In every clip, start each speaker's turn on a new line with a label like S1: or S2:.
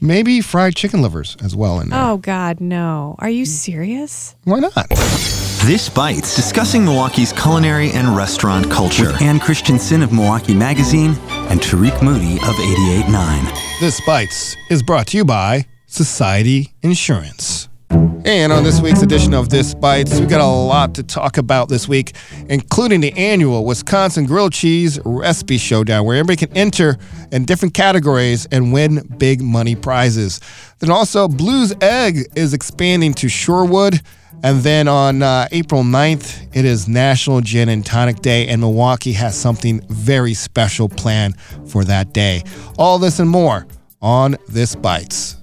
S1: Maybe fried chicken livers as well in there.
S2: Oh God, no! Are you serious?
S1: Why not?
S3: This Bites, discussing Milwaukee's culinary and restaurant culture.
S4: With Ann Christensen of Milwaukee Magazine and Tariq Moody of 88.9.
S1: This Bites is brought to you by Society Insurance. And on this week's edition of This Bites, we got a lot to talk about this week, including the annual Wisconsin Grilled Cheese Recipe Showdown, where everybody can enter in different categories and win big money prizes. Then also, Blue's Egg is expanding to Shorewood. And then on uh, April 9th, it is National Gin and Tonic Day, and Milwaukee has something very special planned for that day. All this and more on This Bites.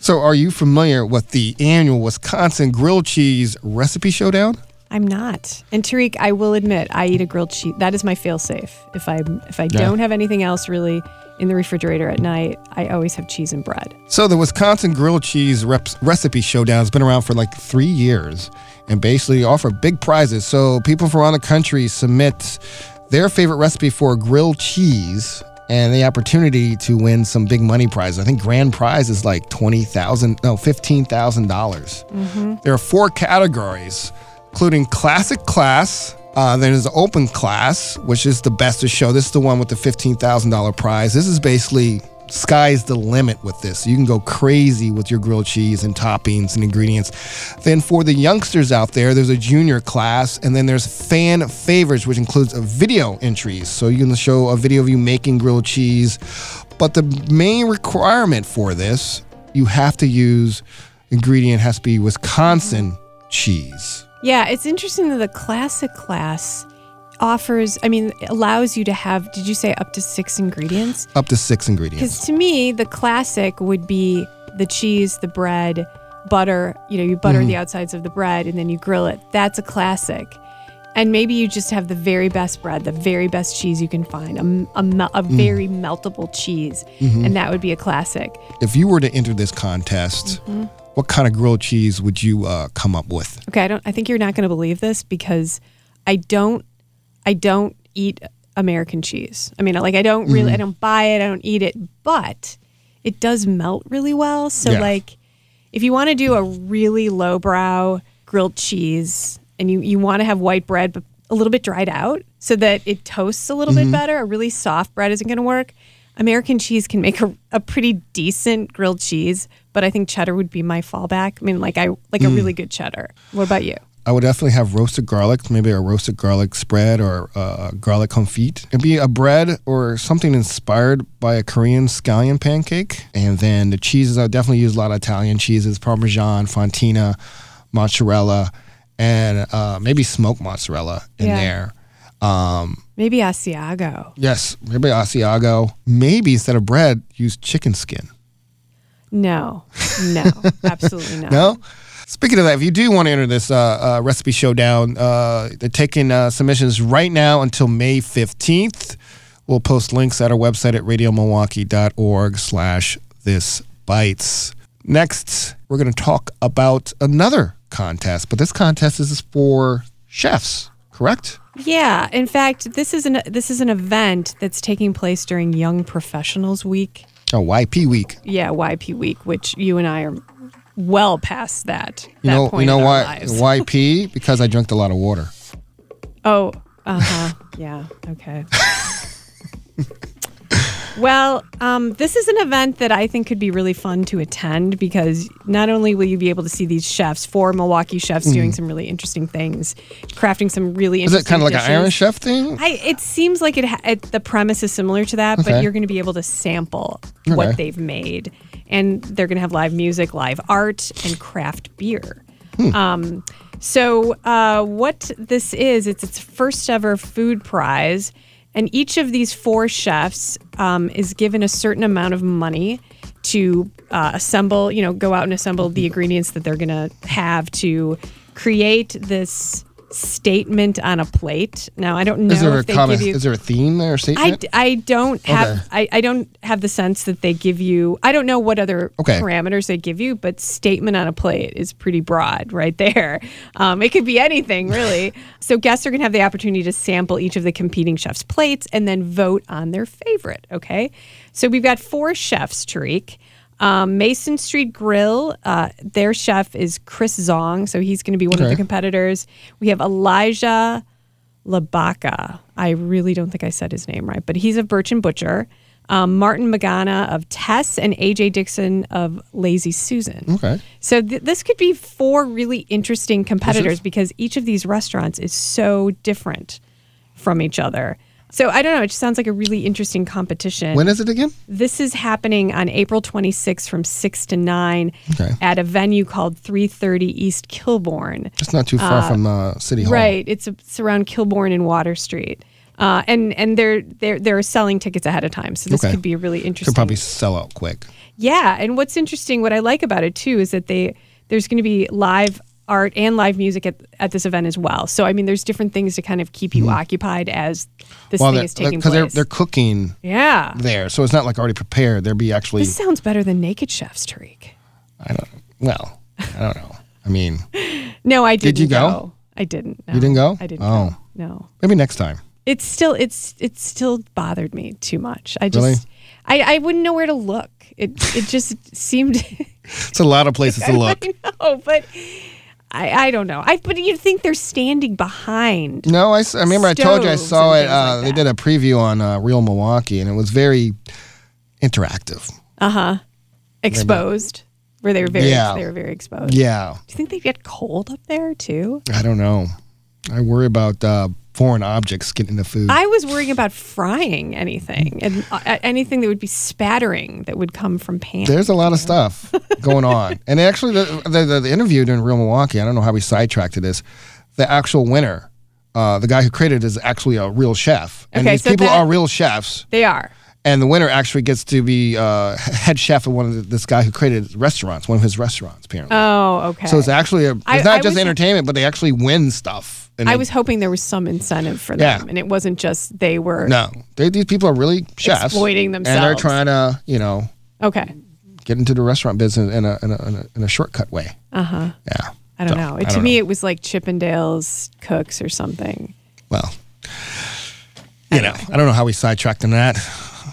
S1: So, are you familiar with the annual Wisconsin Grilled Cheese Recipe Showdown?
S2: I'm not. And Tariq, I will admit, I eat a grilled cheese. That is my fail-safe. If I if I don't have anything else really in the refrigerator at night, I always have cheese and bread.
S1: So, the Wisconsin Grilled Cheese Reps Recipe Showdown has been around for like three years and basically offer big prizes. So, people from around the country submit their favorite recipe for grilled cheese and the opportunity to win some big money prizes. I think grand prize is like $20,000, no, $15,000. dollars There are four categories, including classic class. Uh, then there's open class, which is the best of show. This is the one with the $15,000 prize. This is basically sky's the limit with this. You can go crazy with your grilled cheese and toppings and ingredients. Then for the youngsters out there, there's a junior class, and then there's fan favorites, which includes video entries. So you can show a video of you making grilled cheese. But the main requirement for this, you have to use ingredient has to be Wisconsin cheese.
S2: Yeah, it's interesting that the classic class offers. I mean, allows you to have. Did you say up to six ingredients?
S1: Up to six ingredients.
S2: Because to me, the classic would be the cheese, the bread, butter. You know, you butter the outsides of the bread and then you grill it. That's a classic. And maybe you just have the very best bread, the very best cheese you can find, a, a, mel- a very meltable cheese. And that would be a classic.
S1: If you were to enter this contest, what kind of grilled cheese would you uh, come up with?
S2: Okay, I don't. I think you're not going to believe this because I don't. I don't eat American cheese. I mean, like I don't really. I don't buy it. I don't eat it. But it does melt really well. So
S1: Yeah.
S2: like, if you want to do a really lowbrow grilled cheese and you you want to have white bread but a little bit dried out so that it toasts a little bit better, a really soft bread isn't going to work. American cheese can make a, a pretty decent grilled cheese, but I think cheddar would be my fallback. I mean, like I like a really good cheddar. What about you?
S1: I would definitely have roasted garlic, maybe a roasted garlic spread or uh, garlic confit. It'd be a bread or something inspired by a Korean scallion pancake. And then the cheeses, I would definitely use a lot of Italian cheeses, Parmesan, Fontina, mozzarella, and uh, maybe smoked mozzarella in
S2: Yeah.
S1: there. Um,
S2: Maybe Asiago.
S1: yes, maybe Asiago. Maybe instead of bread, use chicken skin.
S2: No, no, absolutely not.
S1: No. Speaking of that, if you do want to enter this uh, uh, recipe showdown, uh, they're taking uh, submissions right now until May 15th. We'll post links at our website at radiomilwaukee.org slash this bites. Next, we're going to talk about another contest, but this contest is for chefs, correct?
S2: Yeah, in fact, this is an this is an event that's taking place during Young Professionals Week.
S1: Oh, YP week.
S2: Yeah, YP Week, which you and I are well past that.
S1: You
S2: that
S1: know,
S2: point
S1: you know
S2: in our
S1: why
S2: lives.
S1: YP? Because I drank a lot of water.
S2: Oh, uh huh. yeah. Okay. well, um, this is an event that I think could be really fun to attend because not only will you be able to see these chefs, four Milwaukee chefs doing some really interesting things, crafting some really
S1: Mm-hmm. Is
S2: interesting.
S1: it kind of like
S2: dishes.
S1: an Iron Chef thing?
S2: I, it seems like it, ha- it. The premise is similar to that,
S1: Okay.
S2: but you're going to be able to sample
S1: Okay.
S2: what they've made, and they're going to have live music, live art, and craft beer. Um, so uh, what this is, it's its first ever food prize, and each of these four chefs um, is given a certain amount of money to uh, assemble. You know, go out and assemble the ingredients that they're going to have to create this statement on a plate. Now, I don't know
S1: Is there a
S2: if they
S1: common?
S2: give you.
S1: Is there a theme there? Or
S2: I,
S1: statement?
S2: d- I don't have
S1: Okay.
S2: I, I don't have the sense that they give you I don't know what other
S1: Okay.
S2: parameters they give you but statement on a plate is pretty broad right there um, it could be anything really so guests are going to have the opportunity to sample each of the competing chefs plates and then vote on their favorite okay so we've got four chefs Tariq Um, Mason Street Grill, uh, their chef is Chris Zong, so he's going to be one of
S1: Okay.
S2: the competitors. We have Elijah Labaka. I really don't think I said his name right, but he's of Birch and Butcher. Um, Martin Magana of Tess and AJ Dixon of Lazy Susan.
S1: Okay.
S2: So th- this could be four really interesting competitors because each of these restaurants is so different from each other. So I don't know. It just sounds like a really interesting competition.
S1: When is it again?
S2: this is happening on April 26th from 6 to 9
S1: Okay.
S2: at a venue called 330 East Kilbourne.
S1: It's not too far from uh, City Hall.
S2: Right. It's, it's around Kilbourne and Water Street. Uh, and and they're they're they're selling tickets ahead of time, so this
S1: Okay.
S2: could be a really interesting.
S1: Could probably sell out quick.
S2: Yeah, and what's interesting, what I like about it too, is that they there's going to be live art and live music at, at this event as well. So I mean, there's different things to kind of keep you occupied as this thing
S1: Hmm. they're-
S2: is taking
S1: they're,
S2: place.
S1: they're cooking
S2: yeah,
S1: there, so it's not like already prepared. There'd be actually,
S2: this sounds better than Naked Chef's, Tariq.
S1: I don't, well, I don't know. I mean,
S2: No, I didn't.
S1: you go?
S2: I didn't. No.
S1: You didn't go?
S2: I didn't.
S1: Oh.
S2: Go. No,
S1: maybe next time.
S2: it's still it's it still bothered me too much. I just
S1: Really?
S2: I I wouldn't know where to look. It it just seemed.
S1: It's a lot of places to look.
S2: I know, but I, I don't know. I but you'd think they're standing behind.
S1: No, I, s- I remember I told you I
S2: Stoves
S1: saw
S2: and
S1: it.
S2: things like
S1: Uh, they
S2: that.
S1: did a preview on uh, Real Milwaukee, and it was very interactive.
S2: Exposed. Where they were very
S1: Yeah.
S2: they were very exposed.
S1: Yeah,
S2: Do you think they get cold up there too?
S1: I don't know. I worry about uh, foreign objects getting the food.
S2: I was worrying about frying anything and uh, anything that would be spattering that would come from pans.
S1: There's a lot of stuff going on, and actually, the, the, the, the interview during Real Milwaukee. I don't know how we sidetracked to this. The actual winner, uh, the guy who created, it is actually a real chef, and
S2: Okay,
S1: these
S2: so
S1: people
S2: that-
S1: are real chefs.
S2: they are.
S1: And the winner actually gets to be uh, head chef of one of the, this guy who created restaurants, one of his restaurants, apparently.
S2: Oh, okay.
S1: So it's actually a, it's
S2: I-
S1: not
S2: I
S1: just
S2: was-
S1: entertainment, but they actually win stuff. And
S2: I
S1: they-
S2: was hoping there was some incentive for
S1: Yeah.
S2: them, and it wasn't just they were
S1: no, they, these people are really chefs,
S2: Exploiting
S1: and they're
S2: themselves.
S1: trying to you know
S2: okay.
S1: get into the restaurant business in a in a, in a, in a shortcut way. Uh huh. Yeah.
S2: Uh-huh. I don't
S1: So,
S2: know.
S1: I
S2: It, to
S1: don't
S2: me, it was like Chippendales cooks or something.
S1: Well, you know, I don't know how we sidetracked on that.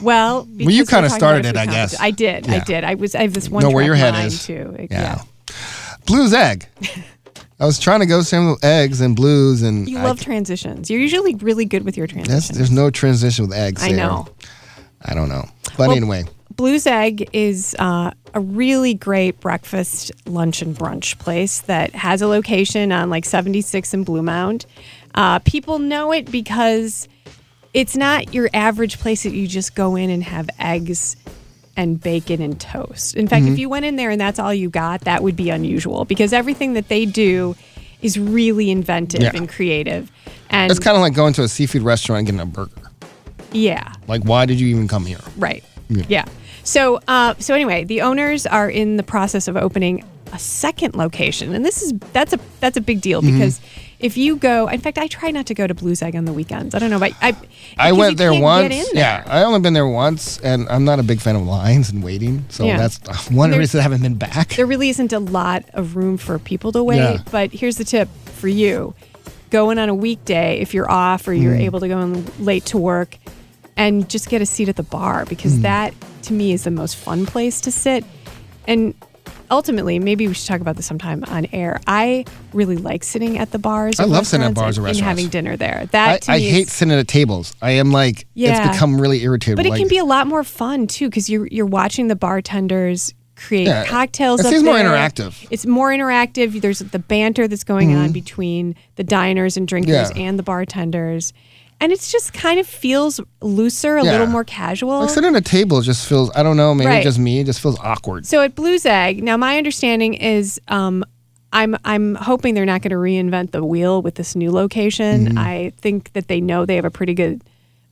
S2: Well, because
S1: you
S2: we're
S1: kinda
S2: talking
S1: started
S2: about
S1: it, I
S2: food
S1: guess.
S2: competi- I did. I
S1: Yeah.
S2: did. I was. I have this one.
S1: know where
S2: track
S1: your head
S2: mind,
S1: is.
S2: Too. It-
S1: Yeah. Blues egg. I was trying to go some eggs and blues and
S2: You
S1: I-
S2: love transitions. You're usually really good with your
S1: that's-
S2: transitions.
S1: there's no transition with eggs.
S2: I
S1: there.
S2: know.
S1: I don't know. But
S2: Well,
S1: anyway,
S2: Blues Egg is uh, a really great breakfast, lunch, and brunch place that has a location on like 76 and Blue Mound. Uh, people know it because it's not your average place that you just go in and have eggs and bacon and toast. In fact,
S1: Mm-hmm.
S2: if you went in there and that's all you got, that would be unusual because everything that they do is really inventive
S1: Yeah.
S2: and creative. And
S1: it's kind of like going to a seafood restaurant and getting a burger.
S2: yeah.
S1: Like, why did you even come here?
S2: Right. Yeah. So, uh, so anyway, the owners are in the process of opening a second location, and this is that's a that's a big
S1: Mm-hmm.
S2: deal because if you go, in fact, I try not to go to Blues Egg on the weekends. I don't know, but I
S1: I
S2: because
S1: went
S2: you
S1: there
S2: can't
S1: once.
S2: Get in
S1: Yeah,
S2: there.
S1: I only been there once, and I'm not a big fan of lines and waiting. So
S2: Yeah.
S1: that's one
S2: There's-
S1: reason I haven't been back.
S2: There really isn't a lot of room for people to wait.
S1: Yeah.
S2: But here's the tip for you: go in on a weekday if you're off or you're
S1: Mm.
S2: able to go in late to work, and just get a seat at the bar because
S1: Mm.
S2: that, to me, is the most fun place to sit. And ultimately, maybe we should talk about this sometime on air. I really like sitting at the bars.
S1: I
S2: and
S1: love sitting at bars
S2: restaurants
S1: and
S2: and, and
S1: restaurants.
S2: having dinner there. That
S1: I,
S2: to
S1: I
S2: me
S1: hate
S2: is,
S1: sitting at tables. I am like,
S2: Yeah.
S1: it's become really irritating.
S2: but it
S1: like,
S2: can be a lot more fun too because you're you're watching the bartenders create
S1: Yeah,
S2: cocktails.
S1: it
S2: up
S1: seems more
S2: there.
S1: interactive. Mm-hmm.
S2: It's more interactive. There's the banter that's going on between the diners and drinkers
S1: Yeah.
S2: and the bartenders, and it's just kind of feels looser, a
S1: Yeah.
S2: little more casual.
S1: Like sitting at a table just feels, I don't know, maybe
S2: Right.
S1: just me, it just feels awkward.
S2: So at Blues Egg, now my understanding is um, I'm I'm hoping they're not going to reinvent the wheel with this new location. I think that they know they have a pretty good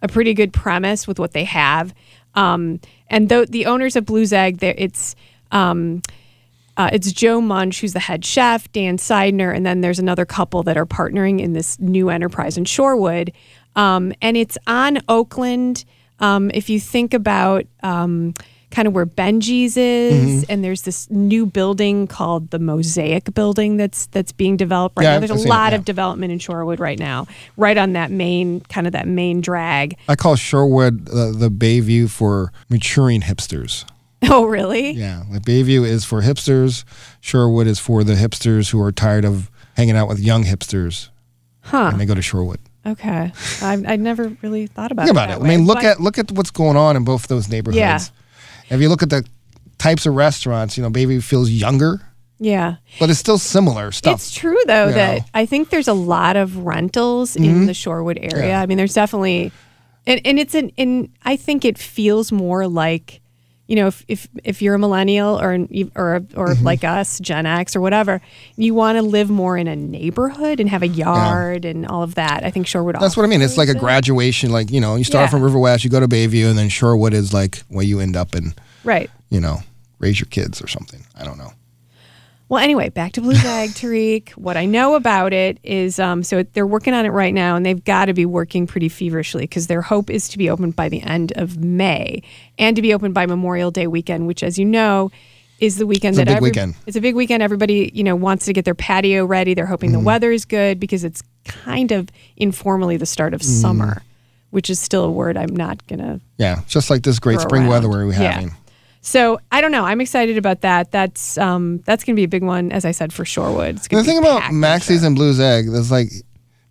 S2: a pretty good premise with what they have. Um, and though the owners of Blues Egg, they're- it's um, uh, it's Joe Munch, who's the head chef, Dan Seidner, and then there's another couple that are partnering in this new enterprise in Shorewood. Um, and it's on Oakland. Um, if you think about um, kind of where Benji's is,
S1: Mm-hmm.
S2: and there's this new building called the Mosaic Building that's that's being developed right
S1: Yeah,
S2: now.
S1: I've
S2: There's a
S1: seen it,
S2: lot
S1: yeah.
S2: of development in Shorewood right now, right on that main kind of that main drag.
S1: I call Sherwood uh, the Bayview for maturing hipsters.
S2: Oh, really?
S1: Yeah, like Bayview is for hipsters. Sherwood is for the hipsters who are tired of hanging out with young hipsters,
S2: Huh.
S1: and they go to Sherwood.
S2: Okay. I've, I never really thought about
S1: Think
S2: it.
S1: about it.
S2: that
S1: I mean,
S2: way,
S1: look
S2: but-
S1: at look at what's going on in both those neighborhoods.
S2: Yeah.
S1: If you look at the types of restaurants, you know, Bayview feels younger,
S2: Yeah.
S1: but it's still similar stuff.
S2: It's true though
S1: you know.
S2: that I think there's a lot of rentals in the Shorewood area.
S1: Mm-hmm. Yeah.
S2: I mean, there's definitely, and, and it's an and I think it feels more like, you know, if if, if you're a millennial or an, ev- or a-
S1: Mm-hmm.
S2: or like us Gen X or whatever, you want to live more in a neighborhood and have a yard and all of that. I think Shorewood.
S1: That's what I mean. It's like a graduation. Like you know, you start
S2: Yeah.
S1: from River West, you go to Bayview, and then Shorewood is like where you end up and
S2: right.
S1: you know raise your kids or something. I don't know.
S2: Well, anyway, back to Blue Bag, Tariq. What I know about it is, um, so they're working on it right now, and they've got to be working pretty feverishly because their hope is to be open by the end of May and to be open by Memorial Day weekend, which, as you know, is the weekend
S1: It's a
S2: that
S1: big
S2: every-
S1: weekend.
S2: It's a big weekend. Everybody, you know, wants to get their patio ready. They're hoping
S1: Mm.
S2: the weather is good because it's kind of informally the start
S1: Mm.
S2: of summer, which is still a word I'm not gonna
S1: Yeah, just like this great
S2: throw
S1: spring weather
S2: around.
S1: we're
S2: Yeah.
S1: having.
S2: So I don't know. I'm excited about that. That's um that's gonna be a big one, as I said for Shorewood. It's gonna
S1: The thing
S2: be
S1: about
S2: packed, I'm sure.
S1: Maxie's and Blue's Egg, that's like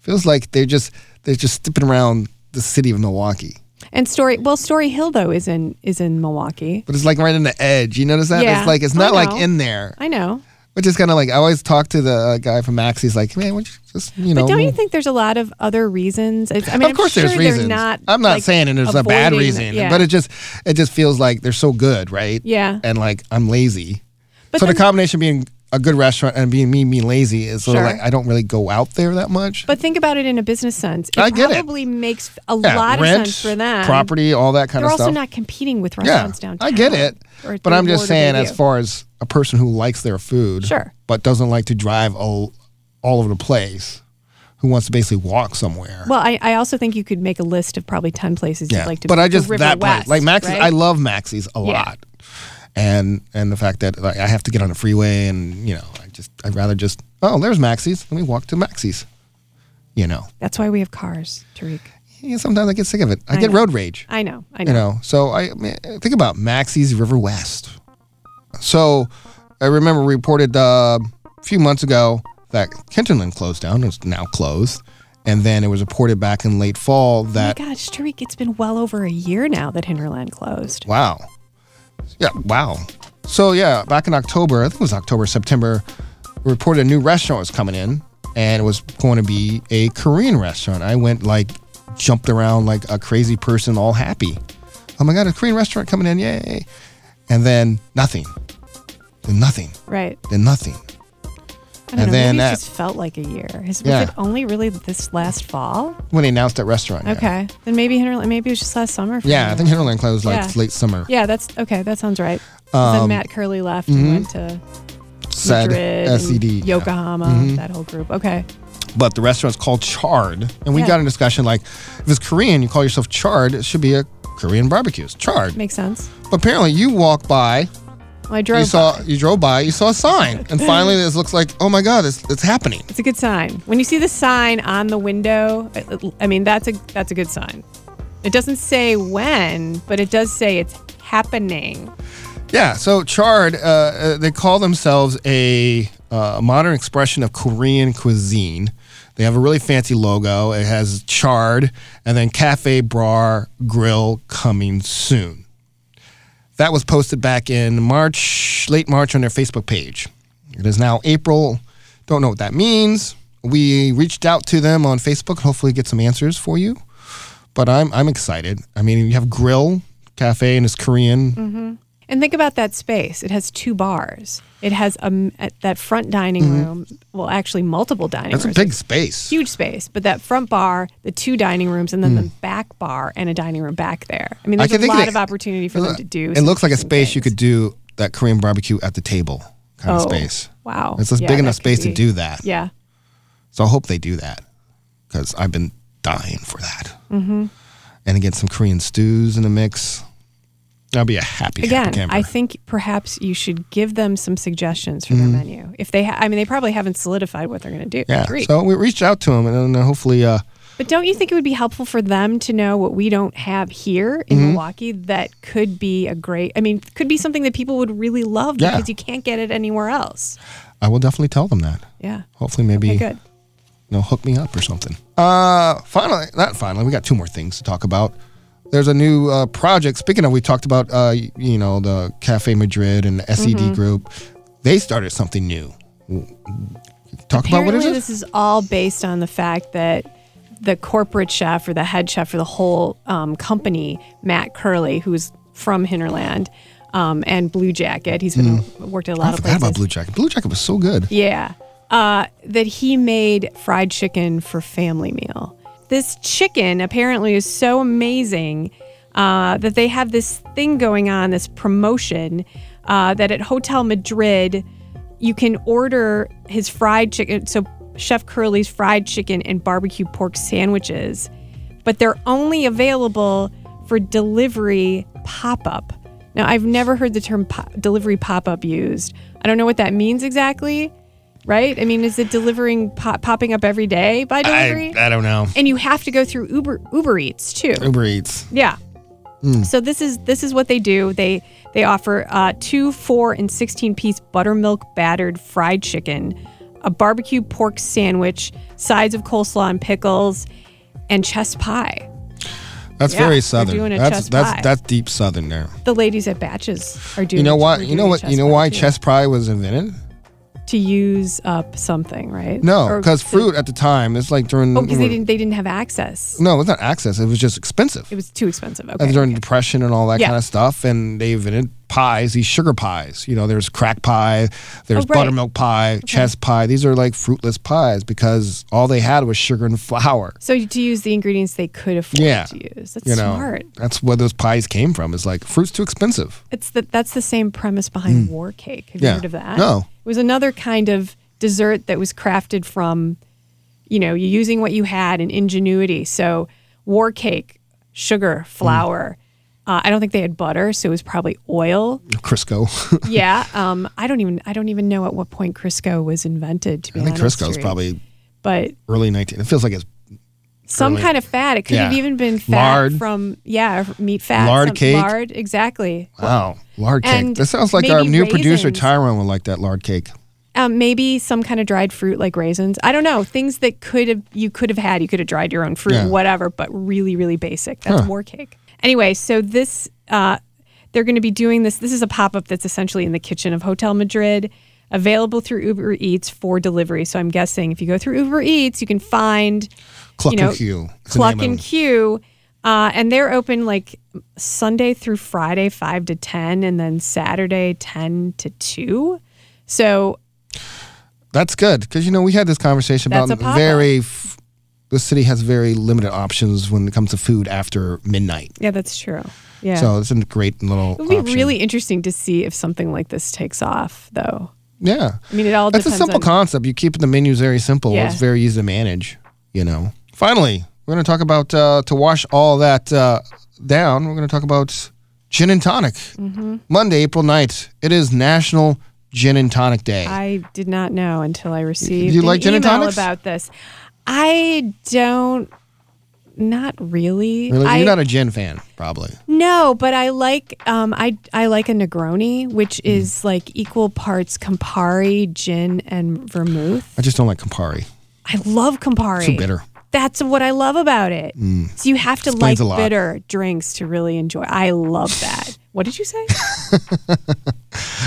S1: feels like they're just they're just stepping around the city of Milwaukee.
S2: And Story well, Story Hill though is in is in Milwaukee.
S1: But it's like right in the edge. You notice that?
S2: Yeah,
S1: It's like it's
S2: I
S1: not like
S2: know.
S1: in there.
S2: I know.
S1: Which is kind of like I always talk to the uh, guy from Maxie's like, man, would you just you know?
S2: But don't you
S1: move?"
S2: think there's a lot of other reasons? It's, I mean,
S1: of course,
S2: I'm sure
S1: there's
S2: they're
S1: reasons.
S2: Not,
S1: I'm not
S2: like,
S1: saying and there's a bad
S2: avoiding-
S1: reason,
S2: yeah.
S1: but it just it just feels like they're so good, right?
S2: Yeah.
S1: And like I'm lazy,
S2: But
S1: so the
S2: then-
S1: combination of being a good restaurant and being me being lazy is sort
S2: Sure.
S1: of like I don't really go out there that much.
S2: But think about it in a business sense. It
S1: I get it.
S2: probably makes a
S1: Yeah,
S2: lot
S1: rent,
S2: of sense for them.
S1: property, all that kind
S2: They're
S1: of
S2: also
S1: stuff.
S2: not competing with
S1: yeah,
S2: restaurants downtown.
S1: I get it.
S2: or
S1: But
S2: through
S1: I'm just
S2: Lord
S1: saying,
S2: Bayview.
S1: as far as a person who likes their food,
S2: Sure.
S1: but doesn't like to drive all, all over the place, who wants to basically walk somewhere.
S2: Well, I, I also think you could make a list of probably ten places
S1: yeah,
S2: you'd like to.
S1: but I
S2: the
S1: just
S2: River
S1: that
S2: West,
S1: place, like Maxie's.
S2: right?
S1: I love Maxie's a lot, and and the fact that like I have to get on a freeway, and you know, I just I'd rather just oh, there's Maxie's. Let me walk to Maxie's. You know,
S2: That's why we have cars, Tariq.
S1: yeah, sometimes I get sick of it. I,
S2: I
S1: get
S2: know.
S1: road rage.
S2: I know. I know.
S1: you know so i I mean, think about maxie's river west so i remember we reported uh, a few months ago that kentonland closed down it's now closed and then it was reported back in late fall that
S2: oh my gosh, Tariq, it's been well over a year now that Hinterland closed.
S1: wow yeah wow so yeah back in october i think it was october september we reported a new restaurant was coming in and it was going to be a korean restaurant i went like jumped around like a crazy person all happy oh my god a korean restaurant coming in yay and then nothing then nothing
S2: Right.
S1: then nothing
S2: I don't
S1: And
S2: know.
S1: then
S2: maybe
S1: that-
S2: it just felt like a year. Is, was
S1: Yeah.
S2: it only really this last fall?
S1: when they announced that restaurant yeah.
S2: Okay. Then maybe Hinterland. Maybe it was just last summer. for
S1: yeah i think hinterland
S2: Hinterland.
S1: closed like
S2: Yeah.
S1: late summer
S2: Yeah, that's okay. That sounds right. 'Cause then Matt Curley left and went to
S1: Um, mm-hmm. Sad E
S2: Madrid, and
S1: SED, yeah. Mm-hmm.
S2: Yokohama, that whole group. Okay.
S1: but the restaurant's called Chard. And we
S2: Yeah.
S1: got in a discussion like, if it's Korean, you call yourself Chard, it should be a Korean barbecue. It's Chard.
S2: Makes sense.
S1: But apparently, you walk by,
S2: Well, I
S1: you
S2: drove.
S1: saw,
S2: by.
S1: you drove by, you saw a sign, and finally, this looks like, oh my god, it's, it's happening.
S2: It's a good sign. When you see the sign on the window, I- I mean that's a that's a good sign. It doesn't say when, but it does say it's happening.
S1: Yeah. So Chard, uh, uh, they call themselves a uh, modern expression of Korean cuisine. They have a really fancy logo. It has Chard and then Cafe Bar Grill coming soon. That was posted back in March, late March, on their Facebook page. It is now April. Don't know what that means. We reached out to them on Facebook. Hopefully, get some answers for you. But I'm I'm excited. I mean, you have Grill Cafe and it's Korean.
S2: And think about that space. It has two bars. It has um, at that front dining room. Well, actually, multiple dining
S1: Mm-hmm. That's a
S2: rooms.
S1: big space.
S2: huge space. But that front bar, the two dining rooms, and then the back bar and a dining room back there. I mean,
S1: Mm. I
S2: there's
S1: can
S2: a
S1: think
S2: lot
S1: it-
S2: of opportunity for them to do.
S1: It
S2: some
S1: looks like a
S2: interesting
S1: space you
S2: things.
S1: could do that Korean barbecue at the table kind of
S2: Oh,
S1: space.
S2: Wow,
S1: It's just
S2: Yeah,
S1: big
S2: that
S1: enough
S2: could
S1: space to
S2: be-
S1: do that.
S2: Yeah,
S1: So I hope they do that because I've been dying for that. Mm-hmm. And again, some Korean stews in the mix. That'll be a happy, happy
S2: again,
S1: camper.
S2: I think perhaps you should give them some suggestions for their menu. If they, ha- I mean, they probably haven't solidified what they're going to do.
S1: Mm. yeah.
S2: Three.
S1: So we reached out to them and then hopefully uh,
S2: But don't you think it would be helpful for them to know what we don't have here in
S1: Mm-hmm.
S2: Milwaukee that could be a great, I mean, could be something that people would really love
S1: Yeah.
S2: because you can't get it anywhere else?
S1: I will definitely tell them that.
S2: Yeah.
S1: Hopefully, maybe
S2: Okay, good.
S1: you know, hook me up or something. Uh, finally, not finally, we got two more things to talk about. There's a new uh, project. Speaking of, we talked about, uh, y- you know, the Cafe Madrid and the SED
S2: Mm-hmm.
S1: group. They started something new. Talk about what is
S2: Apparently,
S1: it?
S2: this is all based on the fact that the corporate chef or the head chef for the whole um, company, Matt Curley, who's from Hinterland, um, and Blue Jacket, he's been worked at a lot
S1: I
S2: of
S1: forgot
S2: places.
S1: Hmm. about Blue Jacket. Blue Jacket was so good.
S2: Yeah. Uh, that he made fried chicken for family meal. This chicken apparently is so amazing uh, that they have this thing going on, this promotion uh, that at Hotel Madrid, you can order his fried chicken. So, Chef Curly's fried chicken and barbecue pork sandwiches, but they're only available for delivery pop up. Now, I've never heard the term po- delivery pop up used. I don't know what that means exactly, right? I mean, is it delivering pop- popping up every day by
S1: I,
S2: delivery?
S1: I don't know.
S2: and you have to go through Uber Uber Eats too.
S1: Uber Eats.
S2: Yeah.
S1: Hmm.
S2: So this is this is what they do. They they offer uh, two, four, and sixteen piece buttermilk battered fried chicken, a barbecue pork sandwich, sides of coleslaw and pickles, and chess pie.
S1: That's
S2: Yeah,
S1: very
S2: they're
S1: southern.
S2: doing a
S1: that's
S2: chest
S1: that's
S2: pie.
S1: that's deep southern there.
S2: The ladies at Batches are doing.
S1: You know
S2: were
S1: what? You know
S2: doing
S1: what?
S2: chess
S1: You know
S2: pie,
S1: why
S2: too.
S1: chess pie was invented?
S2: to use up something, right?
S1: No,
S2: Or
S1: because
S2: to-
S1: fruit at the time it's like during.
S2: Oh, because they didn't they didn't have access.
S1: No, it's not access. It was just expensive.
S2: It was too expensive. Okay.
S1: and during the depression and all that
S2: Yeah.
S1: kind of stuff and they invented pies these sugar pies you know there's crack pie there's
S2: Oh, right.
S1: buttermilk pie chess pie these are like fruitless pies because all they had was sugar and flour
S2: So to use the ingredients they could afford
S1: Yeah.
S2: to use. That's
S1: you know
S2: smart.
S1: that's where those pies came from it's like fruit's too expensive
S2: It's the, that's the same premise behind War Cake. Have
S1: Hmm. Yeah.
S2: you heard of that?
S1: No.
S2: It was another kind of dessert that was crafted from, you know, using what you had and ingenuity. So War Cake,
S1: Hmm.
S2: sugar, flour. Uh, I don't think they had butter, so it was probably oil.
S1: crisco
S2: yeah. Um, I don't even I don't even know at what point Crisco was invented. To be
S1: i think
S2: honest,
S1: crisco's
S2: Ree.
S1: probably
S2: but
S1: early 19 it feels like it's
S2: some
S1: early-
S2: kind of fat. It could have
S1: Yeah.
S2: even been fat
S1: Lard.
S2: from yeah or meat fat.
S1: Lard
S2: some-
S1: cake.
S2: Lard exactly.
S1: wow lard cake
S2: and
S1: that sounds like our
S2: maybe
S1: new producer
S2: raisins.
S1: tyrone would like that lard cake
S2: um, maybe some kind of dried fruit like raisins. I don't know things that could have you could have had. You could have dried your own fruit,
S1: Yeah.
S2: whatever. But really, really basic. That's war cake. Anyway, so this uh, they're going to be doing this. This is a pop up that's essentially in the kitchen of Hotel Madrid, available through Uber Eats for delivery. So I'm guessing if you go through Uber Eats, you can find
S1: cluck
S2: you know,
S1: and cue It's the
S2: Cluck
S1: name of
S2: and
S1: it.
S2: Q. Uh, and they're open like Sunday through Friday, 5 to 10, and then Saturday, 10 to 2. So
S1: That's good because you know we had this conversation
S2: That's a
S1: about
S2: pop-up.
S1: very. F- the city has very limited options when it comes to food after midnight.
S2: Yeah, that's true. Yeah.
S1: So it's a great little.
S2: it would be
S1: option.
S2: really interesting to see if something like this takes off, though.
S1: Yeah.
S2: I mean, it all
S1: It's a
S2: depends
S1: simple
S2: on-
S1: concept. You keep the menus very simple.
S2: Yeah.
S1: It's very easy to manage. You know. Finally, we're going to talk about uh, to wash all that uh, down. We're going to talk about gin and tonic.
S2: Mm-hmm.
S1: Monday, April 9th. It is National Gin and Tonic Day.
S2: I did not know until I received
S1: you
S2: an
S1: like gin and
S2: email
S1: tonics?
S2: about this. I don't. Not really.
S1: really,
S2: I,
S1: you're not a gin fan, probably.
S2: no, but I like um I I like a Negroni, which
S1: Mm.
S2: is like equal parts Campari, gin, and vermouth.
S1: I just don't like Campari.
S2: I love Campari.
S1: Too bitter. Mm.
S2: That's what I love about it. So you have to
S1: Explains
S2: like
S1: a lot.
S2: bitter drinks to really enjoy. I love that. what did you say? Did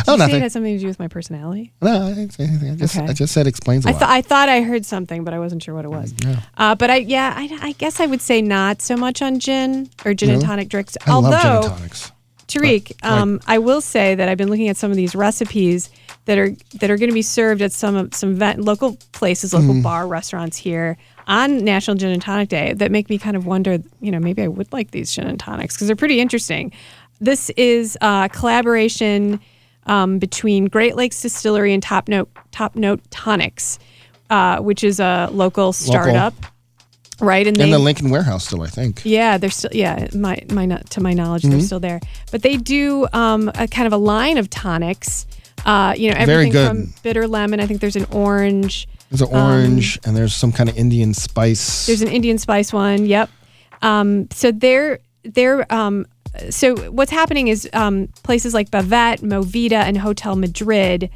S1: Oh,
S2: you say
S1: nothing.
S2: it had something to do with my personality?
S1: No, I didn't say anything. I just,
S2: Okay.
S1: I just said explains a
S2: I
S1: lot.
S2: thought I thought I heard something, but I wasn't sure what it
S1: Mm,
S2: was. Uh, but I yeah, I, I guess I would say not so much on gin or gin and tonic drinks.
S1: I
S2: although
S1: love gin and tonics.
S2: Tariq, um, I will say that I've been looking at some of these recipes that are that are going to be served at some of some vet, local places, local bar restaurants here on National Gin and Tonic Day that make me kind of wonder, you know, maybe I would like these gin and tonics because they're pretty interesting. This is uh, a collaboration um, between Great Lakes Distillery and Top Note Top Note Tonics, uh, which is a local startup, right? And
S1: In the Lincoln warehouse still, I think.
S2: yeah, they're still yeah. My my no- to my knowledge,
S1: Mm-hmm.
S2: they're still there. But they do um, a kind of a line of tonics. Uh, you know,
S1: Very
S2: everything
S1: good.
S2: from bitter lemon. I think there's an orange.
S1: There's an orange and there's some kind of Indian spice.
S2: um, There's an Indian spice one. Yep. Um, so they're they're um, so what's happening is um, places like Bavette, Movida, and Hotel Madrid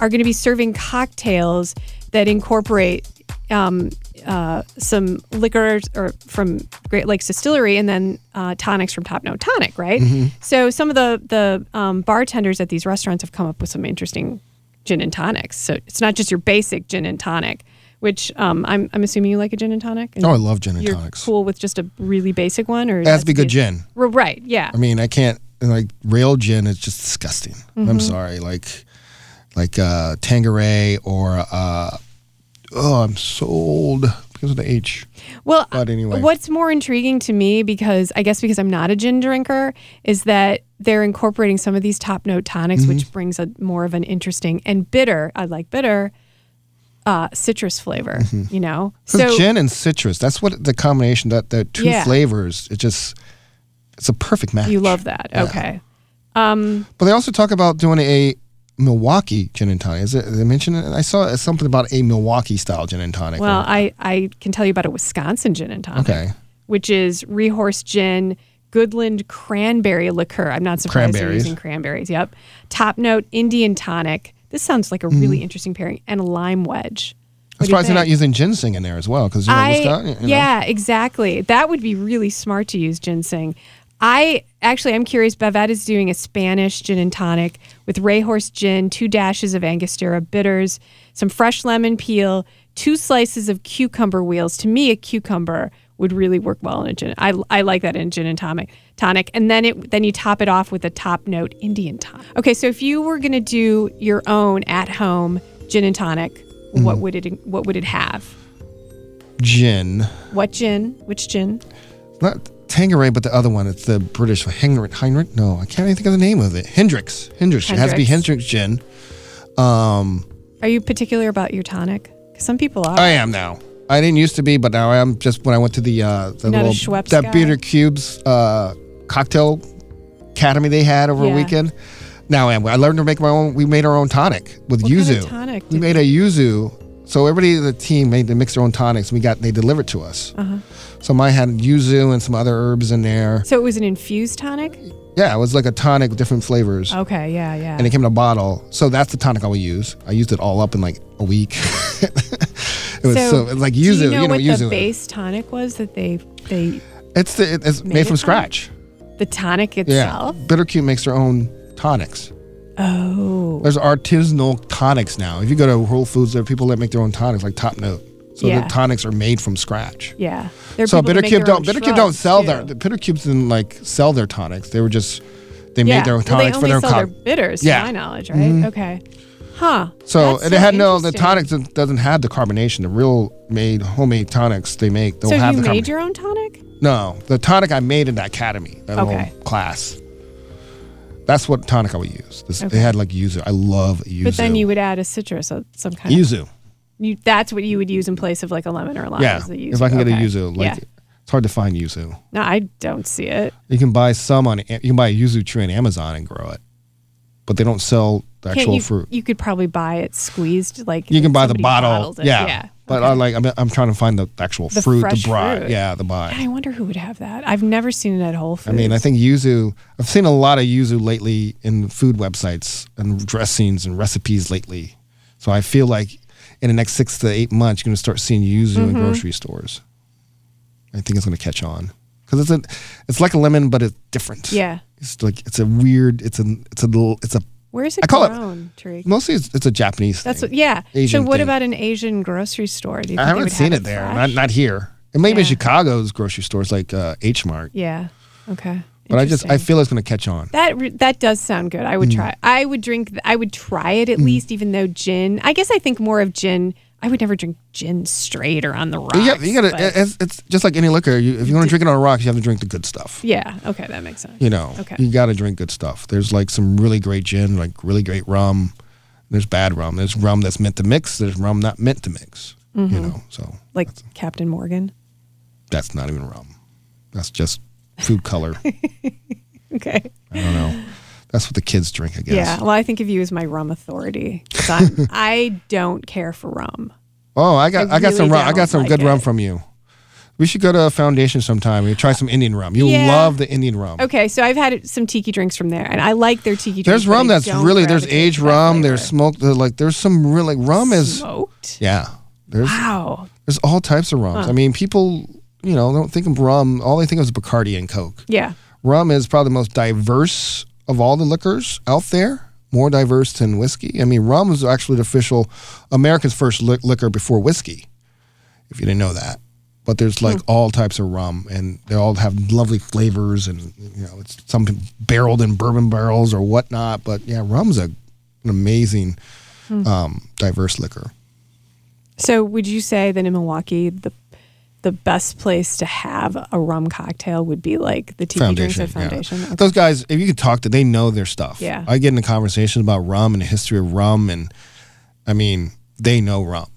S2: are going to be serving cocktails that incorporate um, uh, some liquors or from Great Lakes Distillery and then uh, tonics from Top Note Tonic, right?
S1: Mm-hmm.
S2: So some of the the um, bartenders at these restaurants have come up with some interesting gin and tonics. So it's not just your basic gin and tonic, which um, I'm I'm assuming you like a gin and tonic. And
S1: oh, I love gin and
S2: you're
S1: tonics.
S2: cool with just a really basic one, or
S1: It has to be good gin.
S2: Well, Right? Yeah.
S1: I mean, I can't like real gin is just disgusting.
S2: Mm-hmm.
S1: I'm sorry, like like uh Tangeray or uh oh, I'm sold because of the H.
S2: Well,
S1: But anyway.
S2: what's more intriguing to me, because I guess because I'm not a gin drinker, is that they're incorporating some of these top note tonics,
S1: Mm-hmm.
S2: which brings a more of an interesting and bitter. I like bitter uh, citrus flavor. You know,
S1: 'Cause Mm-hmm. gin and citrus. That's what the combination that the two
S2: Yeah.
S1: flavors. It just it's a perfect match.
S2: you love that. Okay,
S1: But they also talk about doing a Milwaukee gin and tonic. Is it? They mentioned it. I saw something about a Milwaukee style gin and tonic.
S2: well, I I can tell you about a Wisconsin gin and tonic,
S1: Okay.
S2: which is Rehorse Gin. Goodland cranberry liqueur. I'm not surprised they're
S1: Cranberries.
S2: using cranberries. Yep. Top note Indian tonic. This sounds like a really interesting pairing and a lime
S1: Mm. I'm
S2: wedge. What do you
S1: surprised they're
S2: think?
S1: not using ginseng in there as well because you know,
S2: I,
S1: Wisconsin, you know.
S2: yeah, exactly. That would be really smart to use ginseng. I actually, I'm curious. Bavette is doing a Spanish gin and tonic with Rayhorse gin, two dashes of Angostura bitters, some fresh lemon peel, two slices of cucumber wheels. To me, a cucumber would really work well in a gin. I, I like that in gin and tonic. Tonic, and then it then you top it off with a top note Indian tonic. Okay, so if you were gonna do your own at home gin and tonic,
S1: Mm-hmm.
S2: what would it what would it have?
S1: gin.
S2: What gin? Which gin?
S1: not Tangeray, but the other one. It's the British Heinrich. Heinrich? No, I can't even think of the name of it. Hendrix. Hendrix. It has to be Hendrix
S2: Hendrix.
S1: gin.
S2: Are you particular about your tonic? 'Cause some people are.
S1: I am now. I didn't used to be, but now I am. Just when I went to the uh, the
S2: Not a
S1: little
S2: Schweppes
S1: that
S2: guy?
S1: Beater Cubes uh, cocktail academy they had over a
S2: Yeah.
S1: weekend. Now I am. I learned to make my own. We made our own tonic with
S2: What kind
S1: yuzu.
S2: of tonic
S1: we
S2: did
S1: made a yuzu. So everybody in the team made they mixed their own tonics. We got they delivered to us.
S2: Uh-huh.
S1: So mine had yuzu and some other herbs in there.
S2: so it was an infused tonic?
S1: Yeah, it was like a tonic with different flavors.
S2: Okay, yeah, yeah.
S1: and it came in a bottle. So that's the tonic I would use. I used it all up in like a week. it was so, it's like
S2: do
S1: use
S2: you
S1: it,
S2: know
S1: you know,
S2: what
S1: use
S2: the
S1: it.
S2: base tonic was that they they
S1: It's the, it- it's made,
S2: Made
S1: from
S2: it tonic?
S1: scratch.
S2: the tonic
S1: Yeah,
S2: itself?
S1: Bitter Cute makes their own tonics.
S2: Oh,
S1: There's artisanal tonics now. If you go to Whole Foods, there are people that make their own tonics, like Top Note. So
S2: Yeah.
S1: the tonics are made from scratch.
S2: yeah. There are
S1: so
S2: people that
S1: Bitter
S2: make
S1: Cube
S2: their own
S1: don't Bitter Cube don't
S2: shrubs,
S1: sell their
S2: too.
S1: the Bitter Cubes didn't like sell their tonics. They were just they
S2: yeah.
S1: made their own
S2: well, they
S1: tonics
S2: only
S1: for their own
S2: sell their
S1: cock-
S2: bitters,
S1: Yeah. Mm-hmm.
S2: to my knowledge, right? Okay. Huh.
S1: So
S2: That's
S1: and it had no the
S2: interesting.
S1: tonic doesn't- doesn't have the carbonation. The real made homemade tonics they make don't
S2: So
S1: have
S2: you
S1: the carbonation.
S2: made your own tonic?
S1: no, the tonic I made in the academy, that
S2: Okay.
S1: little class. That's what tonic I would use. This, They had like yuzu. I love yuzu.
S2: But then you would add a citrus of some kind. of
S1: yuzu.
S2: You, that's what you would use in place of like a lemon or a lime.
S1: Yeah,
S2: is the
S1: if I can get a
S2: Okay.
S1: yuzu, like
S2: Yeah.
S1: it's hard to find yuzu.
S2: No, I don't see it.
S1: You can buy some on you can buy a yuzu tree on Amazon and grow it, but they don't sell the
S2: Can't
S1: actual
S2: you,
S1: fruit.
S2: You could probably buy it squeezed, like
S1: You can buy the
S2: somebody
S1: bottle.
S2: bottles it.
S1: Yeah.
S2: yeah.
S1: But I like I'm, I'm trying to find the actual
S2: The
S1: fruit, the
S2: fresh
S1: bride.
S2: fruit.
S1: Yeah, the buy.
S2: I wonder who would have that. I've never seen it at Whole
S1: I
S2: Foods.
S1: mean, I think yuzu. I've seen a lot of yuzu lately in food websites and dressings and recipes lately. So I feel like in the next six to eight months, you're going to start seeing yuzu
S2: Mm-hmm.
S1: in grocery stores. I think it's going to catch on because it's a, it's like a lemon, but it's different.
S2: Yeah.
S1: it's like it's a weird. It's an it's a little. It's a
S2: Where is
S1: I
S2: it
S1: call it-
S2: grown, Tariq?
S1: mostly it's, it's a Japanese
S2: That's
S1: thing.
S2: what, yeah.
S1: Asian
S2: so what
S1: thing.
S2: about an Asian grocery store? Do you think
S1: I
S2: they
S1: haven't
S2: would
S1: seen
S2: have
S1: it there.
S2: fresh?
S1: Not not here. It may be in
S2: Yeah.
S1: Chicago's grocery stores like uh, H Mart.
S2: yeah. Okay.
S1: But I just I Mm.
S2: Interesting.
S1: feel it's going to catch on.
S2: That re- that does sound good. I would try. I would drink. th- I would try it
S1: Mm.
S2: at least. Even though gin, I guess I think more of gin. I would never drink gin straight or on the rocks.
S1: You got, you eh, got
S2: but-
S1: to. It's, it's just like any liquor. You, if you want to drink it on rocks, you have to drink the good stuff.
S2: yeah. Okay, that makes sense.
S1: You know,
S2: Okay.
S1: you got to drink good stuff. There's like some really great gin, like really great rum. There's bad rum. There's rum that's meant to mix. There's rum not meant to mix.
S2: Mm-hmm.
S1: You know, so
S2: like Captain Morgan.
S1: that's not even rum. That's just food color.
S2: Okay.
S1: I don't know. That's what the kids drink, I guess.
S2: Yeah. Well, I think of you as my rum authority. 'cause I'm- I don't care for rum.
S1: Oh, I got I,
S2: I
S1: got some
S2: really
S1: rum. I
S2: don't
S1: got some
S2: like
S1: good rum
S2: it.
S1: from you. We should go to a foundation sometime and try some Indian rum. You'll
S2: Yeah.
S1: love the Indian rum.
S2: Okay, so I've had some tiki drinks from there, and I like their tiki drinks.
S1: There's
S2: but I
S1: rum that's
S2: don't
S1: really there's
S2: gravitate
S1: aged
S2: to that
S1: rum,
S2: flavor.
S1: there's smoked, there's like there's some really rum is
S2: smoked.
S1: yeah. There's
S2: Wow.
S1: there's all types of rums. I mean, people, you know, don't think of rum, all they think of is Bacardi and Coke.
S2: Yeah.
S1: Rum is probably the most diverse of all the liquors out there, more diverse than whiskey. I mean, rum was actually the official America's first li- liquor before whiskey, if you didn't know that. But there's like all types of rum, and they all have lovely flavors, and you know, it's some barreled in bourbon barrels or whatnot. But yeah, rum's a, an amazing, um, diverse liquor.
S2: So would you say that in Milwaukee the the best place to have a rum cocktail would be like the tiki drinks at
S1: yeah.
S2: Foundation? Okay.
S1: Those guys, if you could talk to, they know their stuff.
S2: Yeah.
S1: I get into conversations about rum and the history of rum, and I mean, they know rum.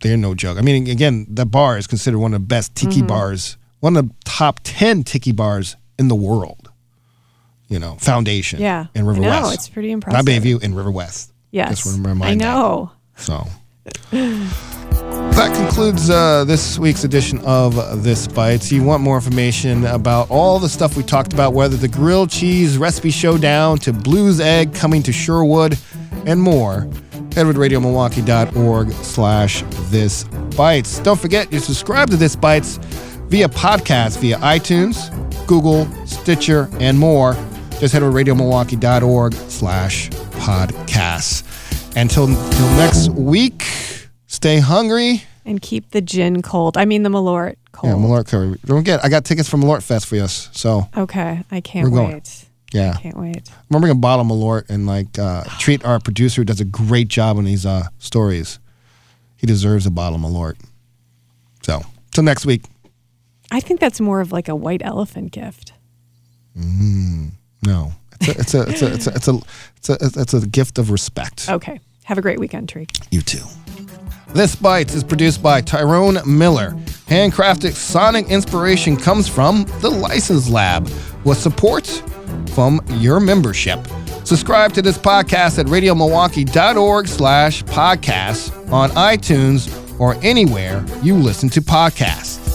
S1: They're no joke. I mean, again, that bar is considered one of the best
S2: Mm-hmm.
S1: tiki bars, one of the top ten tiki bars in the world. You know, Foundation.
S2: Yeah.
S1: In River
S2: I know,
S1: West.
S2: it's pretty
S1: Not
S2: impressive.
S1: Bayview in River West.
S2: Yes.
S1: That's where my
S2: I
S1: mind at.
S2: know.
S1: So that concludes uh, this week's edition of This Bites. You want more information about all the stuff we talked about, whether the grilled cheese recipe showdown to blues egg coming to Sherwood and more. EdwardRadioMilwaukee.org slash This Bites. Don't forget, you subscribe to This Bites via podcast, via iTunes, Google, Stitcher, and more. Just head over to RadioMilwaukee.org slash podcasts. Until till next week, stay hungry.
S2: And keep the gin cold. I mean the Malort cold.
S1: Yeah, Malort Curry. Don't forget, I got tickets for Malort Fest for us. So
S2: Okay. I can't
S1: We're going.
S2: wait.
S1: yeah, I'm
S2: Can't wait.
S1: gonna bring a bottle of Malort and like uh, treat our producer who does a great job on these uh, stories. He deserves a bottle of Malort. So till next week.
S2: I think that's more of like a white elephant gift.
S1: No, it's a it's a it's a it's a it's a, it's a, it's a gift of respect.
S2: Okay. Have a great weekend, Tariq.
S1: You too. This Bites is produced by Tyrone Miller. Handcrafted sonic inspiration comes from the License Lab with support from your membership. Subscribe to this podcast at radiomilwaukee.org slash podcasts on iTunes or anywhere you listen to podcasts.